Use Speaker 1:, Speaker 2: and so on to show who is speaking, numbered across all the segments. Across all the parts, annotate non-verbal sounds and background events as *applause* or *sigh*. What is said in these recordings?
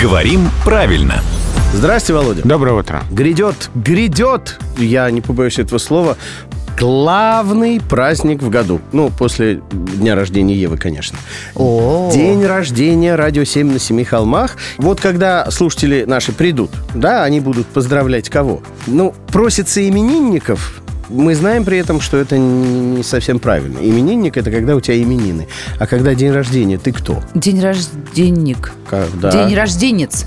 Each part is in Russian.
Speaker 1: Говорим правильно.
Speaker 2: Здрасте, Володя.
Speaker 3: Доброе утро.
Speaker 2: Грядет, грядет, я не побоюсь этого слова, главный праздник в году. Ну, после дня рождения Евы, конечно.
Speaker 4: О,
Speaker 2: День рождения Радио 7 на Семи Холмах. Вот когда слушатели наши придут, да, они будут поздравлять кого? Ну, просится именинников, мы знаем при этом, что это н- не совсем правильно. Именинник – это когда у тебя именины. А когда день рождения, ты кто?
Speaker 4: день рожденник.
Speaker 2: Когда?
Speaker 4: День рожденец.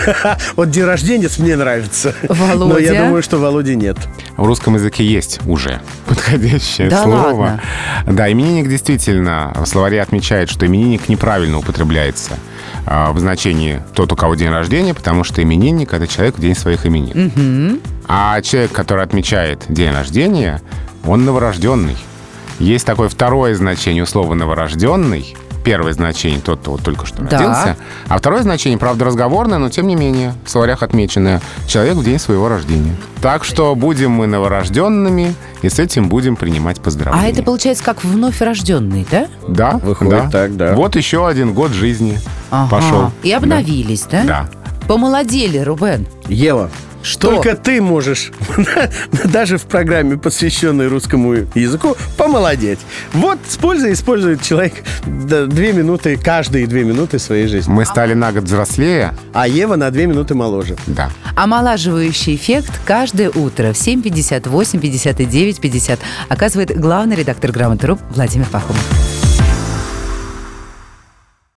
Speaker 2: *laughs* Вот день рождения мне нравится. Но
Speaker 4: Володя?
Speaker 2: я думаю, что Володи нет.
Speaker 3: В русском языке есть уже *laughs* подходящее
Speaker 4: Да
Speaker 3: слово.
Speaker 4: ладно?
Speaker 3: Да, именинник действительно в словаре отмечает, что именинник неправильно употребляется а, в значении тот, у кого день рождения, потому что именинник это человек в день своих именин. А человек, который отмечает день рождения, он новорожденный. Есть такое второе значение у слова новорожденный. Первое значение тот, кто вот только что
Speaker 4: Да.
Speaker 3: родился. А второе значение, правда, разговорное, но тем не менее, в словарях отмеченное. Человек в день своего рождения. Так что будем мы новорожденными, и с этим будем принимать поздравления.
Speaker 4: А это получается как вновь рожденный, да?
Speaker 3: Да,
Speaker 2: Выходит
Speaker 3: да.
Speaker 2: так, да.
Speaker 3: Вот еще один год жизни
Speaker 4: Ага.
Speaker 3: пошел.
Speaker 4: И обновились, да?
Speaker 3: Да.
Speaker 4: Помолодели, Рубен.
Speaker 2: Ева,
Speaker 4: Что?
Speaker 2: Только ты можешь, *laughs* даже в программе, посвященной русскому языку, помолодеть. Вот с пользой использует человек да, две минуты, каждые две минуты своей жизни.
Speaker 3: Мы стали на год взрослее.
Speaker 2: А Ева на две минуты моложе.
Speaker 3: Да.
Speaker 4: Омолаживающий эффект каждое утро в 7.50, 8.59, 50 оказывает главный редактор «Грамоты.ру» Владимир Пахомов.